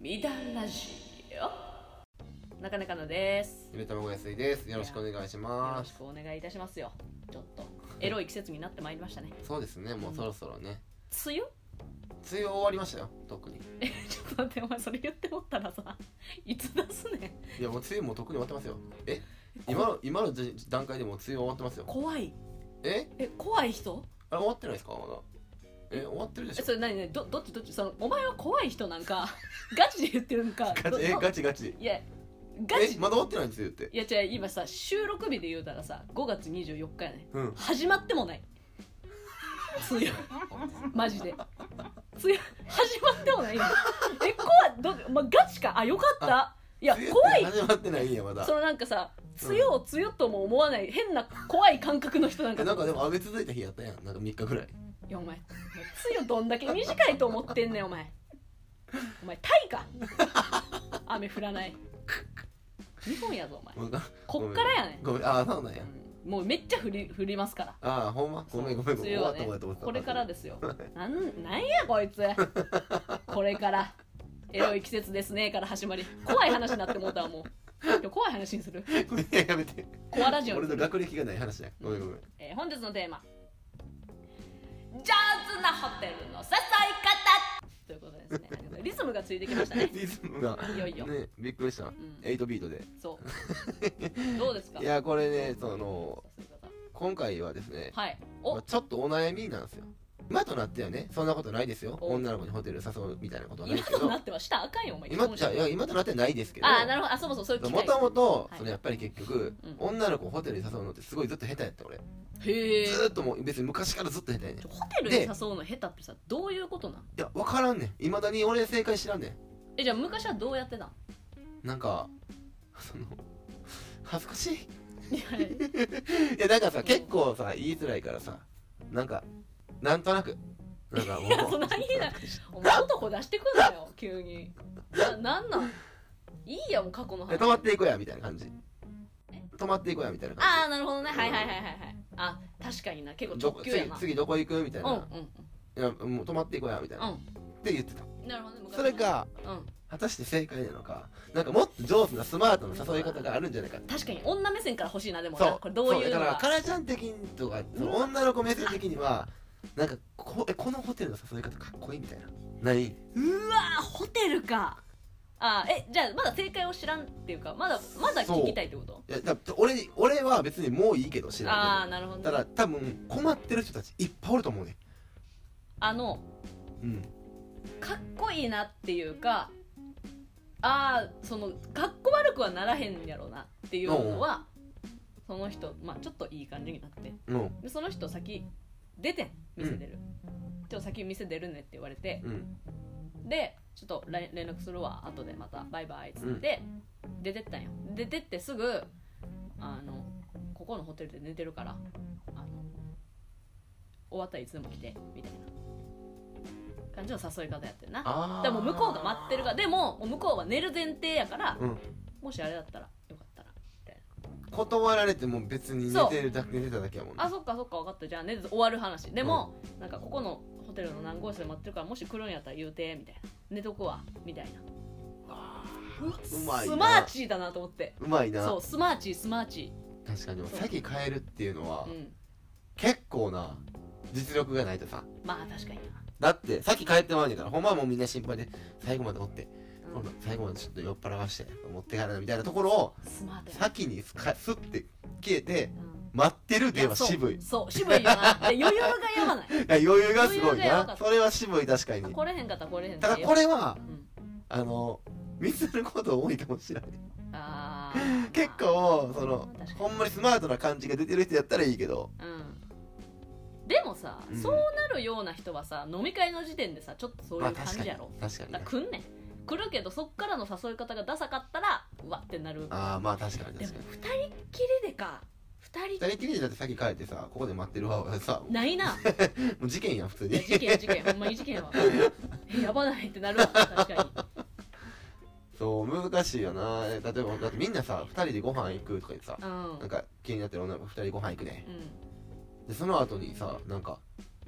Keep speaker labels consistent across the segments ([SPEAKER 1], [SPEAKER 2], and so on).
[SPEAKER 1] 美談ラジオなかなかのです
[SPEAKER 2] ゆで卵やすいです。よろしくお願いし
[SPEAKER 1] よ
[SPEAKER 2] ま
[SPEAKER 1] ろし
[SPEAKER 2] す。
[SPEAKER 1] くお願いいたしますよちょっとエロい季節になってまいりましたね
[SPEAKER 2] そうですね、もうそろそろね。
[SPEAKER 1] 梅雨
[SPEAKER 2] 梅雨終わりましたよ、特に。
[SPEAKER 1] えちょっと待ってお前それ言ってもったらさいつ出すねん
[SPEAKER 2] いや、もう梅雨もう特に終わってますよ。え今の、今のじ段階でもう梅雨終わってますよ。
[SPEAKER 1] 怖い
[SPEAKER 2] え
[SPEAKER 1] え怖い人
[SPEAKER 2] あれ終わってないですかまだ。え、終わってるでし
[SPEAKER 1] え
[SPEAKER 2] ょ
[SPEAKER 1] それ何何どどっちどっちそのお前は怖い人なんか ガチで言ってるんか
[SPEAKER 2] ガ
[SPEAKER 1] ど
[SPEAKER 2] チ、え、
[SPEAKER 1] ど
[SPEAKER 2] ガチガチ。
[SPEAKER 1] いやガ
[SPEAKER 2] え
[SPEAKER 1] チ、
[SPEAKER 2] まだ終わってないんですよって。
[SPEAKER 1] いや違う今さ収録日で言うたらさ5月24日やね
[SPEAKER 2] うん。
[SPEAKER 1] 始まってもない強いマジで強い始まってもないよえ怖いど、ま、ガチかあよかったいや
[SPEAKER 2] 梅雨って
[SPEAKER 1] 怖い
[SPEAKER 2] 始まってないんや、まだ
[SPEAKER 1] そ。のなんかさ
[SPEAKER 2] うん
[SPEAKER 1] 強を強とも思わない変な怖い感覚の人なんか
[SPEAKER 2] え、なんかでも雨続いた日やったやん。なんか3日ぐらい。
[SPEAKER 1] いやお前強どんだけ短いと思ってんねんお前お前タイか雨降らない日本やぞお前
[SPEAKER 2] もうな
[SPEAKER 1] こっからやねん
[SPEAKER 2] ごめん、あー、そうなんや。
[SPEAKER 1] うんもうめっちゃ降り降りますから
[SPEAKER 2] あー、ほんまごめんごめんごめ
[SPEAKER 1] 梅
[SPEAKER 2] ん。終
[SPEAKER 1] 雨
[SPEAKER 2] わ
[SPEAKER 1] は
[SPEAKER 2] った
[SPEAKER 1] ね
[SPEAKER 2] 終わった終わった。
[SPEAKER 1] これからですよなんなんやこいつこれからエロい季節ですねから始まり怖い話になってもうたわもう今日怖い話にする
[SPEAKER 2] ごめんやめて。
[SPEAKER 1] コアラジオに
[SPEAKER 2] 俺
[SPEAKER 1] す
[SPEAKER 2] の
[SPEAKER 1] る、
[SPEAKER 2] 学歴がない話や。ごめんごめん。
[SPEAKER 1] えー本日のテーマジャズなホテルの誘い方ということですねリズムがついてきました ね
[SPEAKER 2] リズムが
[SPEAKER 1] いよいよ
[SPEAKER 2] ねびっくりした、
[SPEAKER 1] ん
[SPEAKER 2] 8ビートで
[SPEAKER 1] そうどうですか
[SPEAKER 2] いやこれねその
[SPEAKER 1] 誘い方
[SPEAKER 2] 今回はですね、
[SPEAKER 1] はい
[SPEAKER 2] ま
[SPEAKER 1] お
[SPEAKER 2] あちょっとお悩みなんですよ今となってはねそんなことないですよ
[SPEAKER 1] お
[SPEAKER 2] 女の子にホテル誘うみたいなことはない
[SPEAKER 1] 今
[SPEAKER 2] ですけ
[SPEAKER 1] と
[SPEAKER 2] ど
[SPEAKER 1] なってはしたらあかんよお前
[SPEAKER 2] 今じゃいや今となってはないですけど
[SPEAKER 1] ああなるほどあそもそもそういう機
[SPEAKER 2] も
[SPEAKER 1] 会
[SPEAKER 2] ともと
[SPEAKER 1] はい
[SPEAKER 2] そのやっぱり結局、
[SPEAKER 1] うん
[SPEAKER 2] 女の子をホテルに誘うのってすごいずっと下手やった俺、
[SPEAKER 1] へえ
[SPEAKER 2] ずーっともう別に昔からずっと下手やねんい
[SPEAKER 1] ホテルに誘うの下手ってさどういうことなん
[SPEAKER 2] や分からんねんいまだに俺正解知らんね
[SPEAKER 1] えじゃあ昔はどうやってた ん
[SPEAKER 2] んなんかその恥ずかしい
[SPEAKER 1] いやいや
[SPEAKER 2] いやなんかさ結構さ言いづらいからさなんかなんとなくなんかも
[SPEAKER 1] そんな言いないお前男出してくんなよ急にななんなんいいやもう過去の
[SPEAKER 2] う
[SPEAKER 1] 話
[SPEAKER 2] 止まっていこうやみたいな感じ
[SPEAKER 1] え
[SPEAKER 2] 止まっていこうやみたいな
[SPEAKER 1] あ
[SPEAKER 2] 感
[SPEAKER 1] あなるほどねはいはいはいはいはいあ確かにな結
[SPEAKER 2] じ
[SPEAKER 1] 構
[SPEAKER 2] ど
[SPEAKER 1] 直
[SPEAKER 2] こ
[SPEAKER 1] 球や
[SPEAKER 2] 次
[SPEAKER 1] な
[SPEAKER 2] 次どこ行くみたいな、
[SPEAKER 1] うんうん
[SPEAKER 2] いやもう止まっていこうやみたいな、って言ってた
[SPEAKER 1] うんなるほどね昔
[SPEAKER 2] そ
[SPEAKER 1] の
[SPEAKER 2] れが
[SPEAKER 1] うん
[SPEAKER 2] 果たして正解なのかなんかもっと上手なスマートな誘い方があるんじゃないか
[SPEAKER 1] 確かに女目線から欲しいなでも
[SPEAKER 2] そ
[SPEAKER 1] な
[SPEAKER 2] う
[SPEAKER 1] これどう
[SPEAKER 2] そ
[SPEAKER 1] いう
[SPEAKER 2] だ
[SPEAKER 1] の
[SPEAKER 2] から
[SPEAKER 1] が
[SPEAKER 2] カラちゃん的にとかその女の子目線的にはなんかこえこのホテルの誘い方かっこいいみたいなない、
[SPEAKER 1] うわーホテルかあーえじゃあまだ正解を知らんっていうかまだまだ聞きたいってこと
[SPEAKER 2] いやだ俺俺は別にもういいけど知らんけど
[SPEAKER 1] ああなるほどね
[SPEAKER 2] ただ多分困ってる人たちいっぱいおると思うね
[SPEAKER 1] あの
[SPEAKER 2] うん
[SPEAKER 1] かっこいいなっていうかああそのかっこ悪くはならへんやろうなっていうのはその人、まあ、ちょっといい感じになって
[SPEAKER 2] うん
[SPEAKER 1] でその人先出てん店出る、ちょっと先店出るねって言われて
[SPEAKER 2] うん
[SPEAKER 1] でちょっと連連絡するわ後でまたバイバイっつって、出てったんよ出てってすぐあのここのホテルで寝てるからあの終わったらいつでも来てみたいな感じの誘い方やってるな
[SPEAKER 2] ああ
[SPEAKER 1] でも向こうが待ってるからでももう向こうは寝る前提やから、
[SPEAKER 2] うん
[SPEAKER 1] もしあれだったらよかったら
[SPEAKER 2] 断られても別に寝てるだけ寝てただけやもんね
[SPEAKER 1] あそっかそっか分かったじゃあ寝ず終わる話でも、なんかここのホテルの何号室で待ってるからもし来るんやったら言うてみたいな寝とくわみたいな
[SPEAKER 2] うまいな
[SPEAKER 1] スマーチーだなと思って
[SPEAKER 2] うまいな
[SPEAKER 1] そうスマーチースマーチ
[SPEAKER 2] 確かにでも先変えるっていうのは、
[SPEAKER 1] ーうん
[SPEAKER 2] 結構な実力がないとさ
[SPEAKER 1] まあ確かに
[SPEAKER 2] だって先帰ってまうんやからほんまはもうみんな心配で最後までおって、
[SPEAKER 1] な、う
[SPEAKER 2] 今度
[SPEAKER 1] ん、
[SPEAKER 2] 最後までちょっと酔っ払わして持って帰らなみたいなところを
[SPEAKER 1] スマートやな
[SPEAKER 2] 先にすかすって消えて
[SPEAKER 1] うん
[SPEAKER 2] 待ってるでは
[SPEAKER 1] やそう
[SPEAKER 2] 渋い
[SPEAKER 1] そう渋いよなで余裕がやまない
[SPEAKER 2] いや余裕がすごい
[SPEAKER 1] 余裕がやばか
[SPEAKER 2] な
[SPEAKER 1] った
[SPEAKER 2] それは渋い確かに
[SPEAKER 1] 来れへんかったら来れへん
[SPEAKER 2] ただ
[SPEAKER 1] で
[SPEAKER 2] これは
[SPEAKER 1] うん、
[SPEAKER 2] あのミスること多いかもしれない
[SPEAKER 1] あー
[SPEAKER 2] 結構その
[SPEAKER 1] 確かに
[SPEAKER 2] ほんまにスマートな感じが出てる人やったらいいけど
[SPEAKER 1] うんでもさ、
[SPEAKER 2] うん
[SPEAKER 1] そうなるような人はさ飲み会の時点でさちょっとそういう感じやろ、
[SPEAKER 2] 確かに
[SPEAKER 1] だから来んねん来るけどそっからの誘い方がダサかったらうわってなる
[SPEAKER 2] ああまあ確かに
[SPEAKER 1] で
[SPEAKER 2] 確
[SPEAKER 1] も
[SPEAKER 2] かに
[SPEAKER 1] 二人っきりでか二人
[SPEAKER 2] 二人きりでだって先帰ってさここで待ってるわさも
[SPEAKER 1] ない な
[SPEAKER 2] う事件やん普通
[SPEAKER 1] いや
[SPEAKER 2] に
[SPEAKER 1] 事件事件ほんまに事件はえやばないってなるわ確かに
[SPEAKER 2] そう難しいよな例えばだってみんなさ二人でご飯行くとか言ってさ
[SPEAKER 1] うん
[SPEAKER 2] なんか気になってる女の子二人ご飯行くね
[SPEAKER 1] う
[SPEAKER 2] でその後にさなんか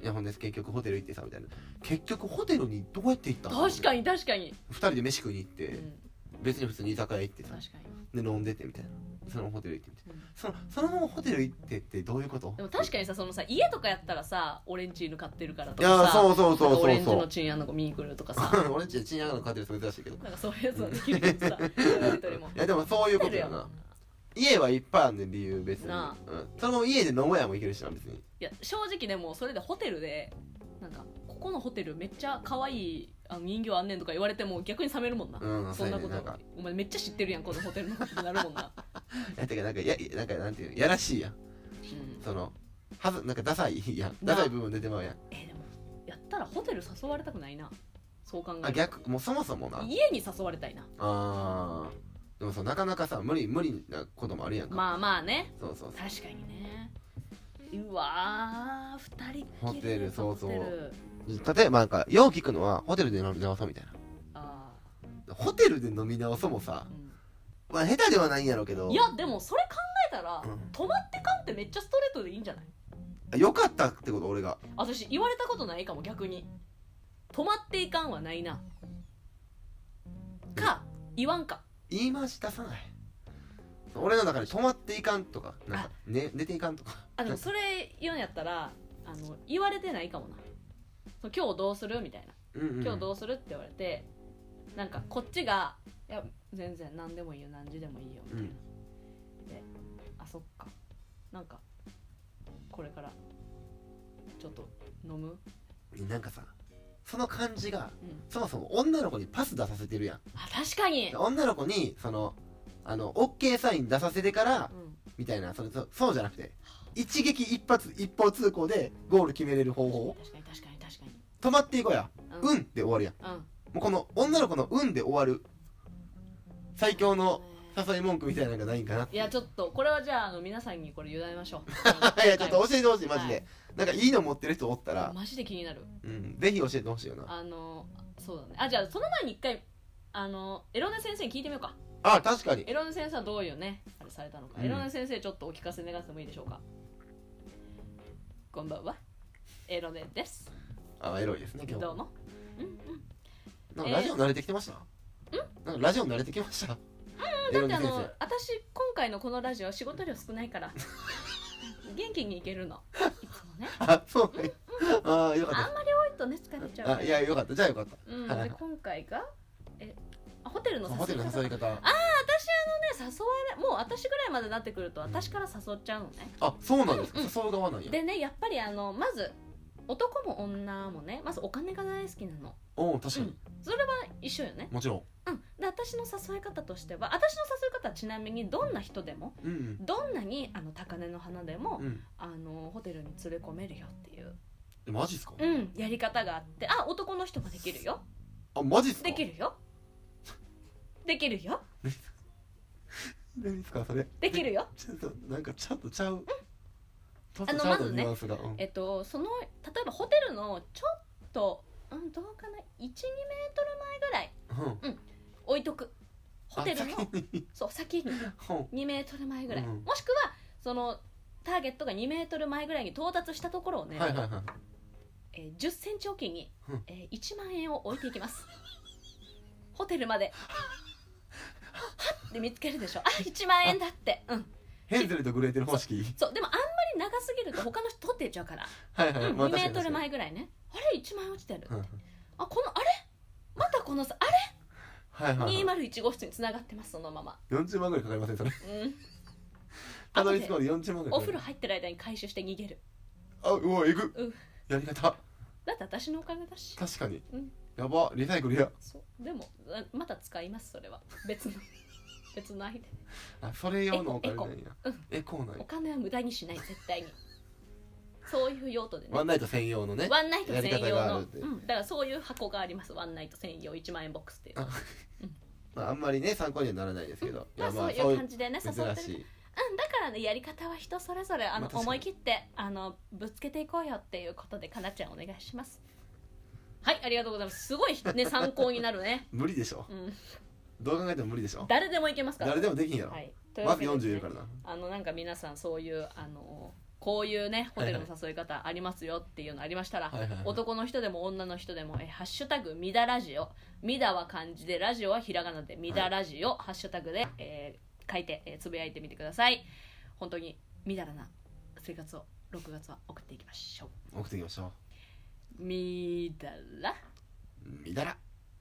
[SPEAKER 2] いやほんで結局ホテル行ってさみたいな結局ホテルにどうやって行ったの
[SPEAKER 1] 確かに確かに、
[SPEAKER 2] 2人で飯食いに行って、
[SPEAKER 1] うん、
[SPEAKER 2] 別に普通に居酒屋行ってさ
[SPEAKER 1] 確かに、
[SPEAKER 2] で飲んでてみたいなそのままホテル行ってみたい
[SPEAKER 1] うん
[SPEAKER 2] なそのそのままホテル行ってってどういうこと
[SPEAKER 1] でも確かにさそのさ家とかやったらさ俺んち犬飼ってるからと
[SPEAKER 2] い
[SPEAKER 1] か
[SPEAKER 2] や
[SPEAKER 1] さ
[SPEAKER 2] そうそうそう
[SPEAKER 1] なんかオ
[SPEAKER 2] そ
[SPEAKER 1] レ
[SPEAKER 2] う
[SPEAKER 1] ン
[SPEAKER 2] そ
[SPEAKER 1] ジの
[SPEAKER 2] う
[SPEAKER 1] チンアナゴ見に来るとかさ
[SPEAKER 2] 俺んちでチンアナゴ飼ってる人珍しいけど
[SPEAKER 1] なんかそういうやつはできるけどさやりとりも
[SPEAKER 2] いやでもそういうことやな家はいっぱいあんねん理由別に、う、
[SPEAKER 1] なん
[SPEAKER 2] その家で飲もうやも行けるしな別に
[SPEAKER 1] いや正直でもそれでホテルでなんかここのホテルめっちゃ可愛いあの人形あんねんとか言われても逆に冷めるもんな、
[SPEAKER 2] うん
[SPEAKER 1] そんな
[SPEAKER 2] そ
[SPEAKER 1] こ
[SPEAKER 2] う
[SPEAKER 1] と
[SPEAKER 2] やねなんか
[SPEAKER 1] お前めっちゃ知ってるやんこのホテルのことになるもん な、
[SPEAKER 2] いやてかなんかやなんかなんていうのやらしいやん
[SPEAKER 1] うん
[SPEAKER 2] そのはずなんかダサいやん
[SPEAKER 1] な
[SPEAKER 2] ダサい部分出てまうやん
[SPEAKER 1] えでもやったらホテル誘われたくないなそう考えると
[SPEAKER 2] あ逆もうそもそもな
[SPEAKER 1] 家に誘われたいな
[SPEAKER 2] あーでもそうなかなかさ無理無理なこともあるやんか、
[SPEAKER 1] まあまあね
[SPEAKER 2] そうそうそう
[SPEAKER 1] 確かにねうわー2人っきり
[SPEAKER 2] ホテルそうそう
[SPEAKER 1] ホテル
[SPEAKER 2] 例えばなんかよう聞くのはホテルで飲み直そうみたい
[SPEAKER 1] あ
[SPEAKER 2] なホテルで飲み直そうもさ
[SPEAKER 1] ー、う
[SPEAKER 2] まあ、下手ではないんやろうけど
[SPEAKER 1] んいやでもそれ考えたら、
[SPEAKER 2] うん
[SPEAKER 1] 泊まってかんってめっちゃストレートでいいんじゃない
[SPEAKER 2] よかったってこと俺が
[SPEAKER 1] 私言われたことないかも逆に泊まっていかんはないなか言わんか
[SPEAKER 2] 言い回し出さない俺の中で泊まっていかんとかなんか、ね、寝ていかんとか
[SPEAKER 1] あでもそれ言うんやったらあの言われてないかもなその今日どうするみたいな
[SPEAKER 2] うんうん
[SPEAKER 1] 今日どうするって言われて、なんかこっちが「いや全然何でもいいよ何時でもいいよ」みたいな、
[SPEAKER 2] うん
[SPEAKER 1] で「あそっかなんかこれからちょっと飲む?
[SPEAKER 2] なんかさその感じが」
[SPEAKER 1] うん
[SPEAKER 2] そもそも女の子にパス出させてるや
[SPEAKER 1] あ確かに
[SPEAKER 2] ん、女の子にそのあの OK サイン出させてから
[SPEAKER 1] うん、
[SPEAKER 2] みたいなそれそそうじゃなくて一撃一発一方通行でゴール決めれる方法
[SPEAKER 1] 確かに確かに確かに
[SPEAKER 2] 止まっていこうや
[SPEAKER 1] 確かに
[SPEAKER 2] うんで終わるやん
[SPEAKER 1] うん、うん
[SPEAKER 2] もうこの女の子の運で終わる最強の誘い文句みたいなのがないんかなって
[SPEAKER 1] いやちょっとこれはじゃああの皆さんにこれ委ねましょう
[SPEAKER 2] いやちょっと教えてほしいマジで、
[SPEAKER 1] はい
[SPEAKER 2] なんかいいの持ってる人おったら、
[SPEAKER 1] マジで気になる
[SPEAKER 2] うん、ぜひ教えてほしいよな
[SPEAKER 1] あのそうだねあじゃあその前に一回あのエロネ先生に聞いてみようか
[SPEAKER 2] あ確かに
[SPEAKER 1] エロネ先生はどういうねあれされたのか、
[SPEAKER 2] うん
[SPEAKER 1] エロネ先生ちょっとお聞かせ願ってもいいでしょうかこんばんはエロネです
[SPEAKER 2] あエロいですね今日
[SPEAKER 1] どうもうんうん
[SPEAKER 2] なんかラジオ慣れてきてました、なんかラジオ慣れてきました、エロ
[SPEAKER 1] だ
[SPEAKER 2] ニ
[SPEAKER 1] ってあ
[SPEAKER 2] 先
[SPEAKER 1] の
[SPEAKER 2] 生
[SPEAKER 1] 私今回のこのラジオ仕事量少ないから 元気にいけるのいつもね
[SPEAKER 2] あそうねあーよ
[SPEAKER 1] あ
[SPEAKER 2] か
[SPEAKER 1] んまり多いとね疲れちゃうか
[SPEAKER 2] った
[SPEAKER 1] ら
[SPEAKER 2] あいやよかったじゃあよかった
[SPEAKER 1] うん、
[SPEAKER 2] はい
[SPEAKER 1] で今回がえあホテルの誘い
[SPEAKER 2] ホテルの
[SPEAKER 1] 方
[SPEAKER 2] 誘い方あ
[SPEAKER 1] 私あのね誘われもう私ぐらいまでなってくると私から誘っちゃうのね、
[SPEAKER 2] そうなんですか、
[SPEAKER 1] うん
[SPEAKER 2] 誘う側なんや
[SPEAKER 1] でねやっぱりあのまず男も女もねまずお金が大好きなの
[SPEAKER 2] おお確かに、
[SPEAKER 1] うんそれは一緒よね
[SPEAKER 2] もちろん
[SPEAKER 1] うんで私の誘い方としては私の誘い方はちなみにどんな人でも
[SPEAKER 2] うん
[SPEAKER 1] どんなにあの高嶺の花でも、
[SPEAKER 2] うんうん
[SPEAKER 1] あのホテルに連れ込めるよっていう、
[SPEAKER 2] えマジっすか、
[SPEAKER 1] うん、やり方があってあ男の人もできるよ
[SPEAKER 2] あマジっすか
[SPEAKER 1] できる よできるよ
[SPEAKER 2] 何ですかそれ
[SPEAKER 1] できるよ
[SPEAKER 2] ちょっとなんかちょっとちゃう、ちょっ
[SPEAKER 1] あ
[SPEAKER 2] と
[SPEAKER 1] の
[SPEAKER 2] ちゃう
[SPEAKER 1] まずね
[SPEAKER 2] ニュアンスが、うん
[SPEAKER 1] えっと、その例えばホテルのちょっと、うん、どうかな12メートル前ぐらい
[SPEAKER 2] うん
[SPEAKER 1] 置いとくホテル
[SPEAKER 2] あ
[SPEAKER 1] の
[SPEAKER 2] 先に
[SPEAKER 1] そう先に
[SPEAKER 2] うん
[SPEAKER 1] 2メートル前ぐらい、
[SPEAKER 2] うん
[SPEAKER 1] もしくはそのターゲットが2メートル前ぐらいに到達したところをね、
[SPEAKER 2] はいはいはい
[SPEAKER 1] えー、10センチおきに
[SPEAKER 2] うん、
[SPEAKER 1] えー、1万円を置いていきますホテルまではっで見つけるでしょあ1万円だってうん
[SPEAKER 2] ヘンゼルとグレーテル方式
[SPEAKER 1] そうでもあんまり長すぎると他の人取っていっちゃうから、
[SPEAKER 2] はいはい、
[SPEAKER 1] うん、
[SPEAKER 2] まあ
[SPEAKER 1] 2メートル
[SPEAKER 2] 確かに
[SPEAKER 1] 前ぐらいねあれ1万円落ちてる
[SPEAKER 2] 確かにうん
[SPEAKER 1] あこのあれまたこのさあ
[SPEAKER 2] はい
[SPEAKER 1] れ
[SPEAKER 2] はい、はい、
[SPEAKER 1] 201号室につながってますそのまま、
[SPEAKER 2] 40万ぐらいかかりませんそれ
[SPEAKER 1] うん、
[SPEAKER 2] たどり着くまで40万ぐらい
[SPEAKER 1] お
[SPEAKER 2] かか
[SPEAKER 1] 風
[SPEAKER 2] る
[SPEAKER 1] 呂入ってる間に回収して逃げる
[SPEAKER 2] あうわえぐ
[SPEAKER 1] うん
[SPEAKER 2] やり方
[SPEAKER 1] だって私のお金だし
[SPEAKER 2] 確かに、
[SPEAKER 1] うん
[SPEAKER 2] やばリサイクルや
[SPEAKER 1] そうでもあまた使いますそれは別の別の相手
[SPEAKER 2] あそれ用のお金なんや
[SPEAKER 1] エコうん
[SPEAKER 2] エコーなんや
[SPEAKER 1] お金は無駄にしない絶 対にそういう用途でね
[SPEAKER 2] ワンナイト専用のね
[SPEAKER 1] ワンナイト専
[SPEAKER 2] やり方
[SPEAKER 1] 用
[SPEAKER 2] があ
[SPEAKER 1] の、
[SPEAKER 2] る
[SPEAKER 1] う
[SPEAKER 2] って
[SPEAKER 1] ん、だからそういう箱がありますワンナイト専用1万円ボックスっていう
[SPEAKER 2] あまあ、あんまりね参考にはならないですけど、い
[SPEAKER 1] まあ、
[SPEAKER 2] やま
[SPEAKER 1] そ
[SPEAKER 2] あ
[SPEAKER 1] ういう感じでね誘
[SPEAKER 2] そういう
[SPEAKER 1] って
[SPEAKER 2] 珍
[SPEAKER 1] る
[SPEAKER 2] しい
[SPEAKER 1] うん、だからねやり方は人それぞれあ
[SPEAKER 2] まあ
[SPEAKER 1] の、
[SPEAKER 2] 確かに
[SPEAKER 1] 思い切ってあのぶつけていこうよっていうことでかなちゃんお願いしますはいありがとうございますすごいね参考になるね、
[SPEAKER 2] 無理でしょ
[SPEAKER 1] うん、
[SPEAKER 2] どう考えても無理でしょ
[SPEAKER 1] 誰でもいけますから
[SPEAKER 2] 誰でもできんやろ、
[SPEAKER 1] はい、
[SPEAKER 2] まず40い
[SPEAKER 1] とい
[SPEAKER 2] る
[SPEAKER 1] う
[SPEAKER 2] か
[SPEAKER 1] わけで
[SPEAKER 2] らな
[SPEAKER 1] あのなんか皆さんそういうあのこういうねホテルの誘い方ありますよっていうのありましたら、
[SPEAKER 2] はいはいはい
[SPEAKER 1] 男の人でも女の人でも「えハッシュタグみだラジオ」「みだ」は漢字でラジオはひらがなで「みだラジオ」ハッシュタグで、えー書いて、えーつぶやいてみてください本当にみだらな生活を6月は送っていきましょ
[SPEAKER 2] 送っていきましょ
[SPEAKER 1] うみだら
[SPEAKER 2] うみだら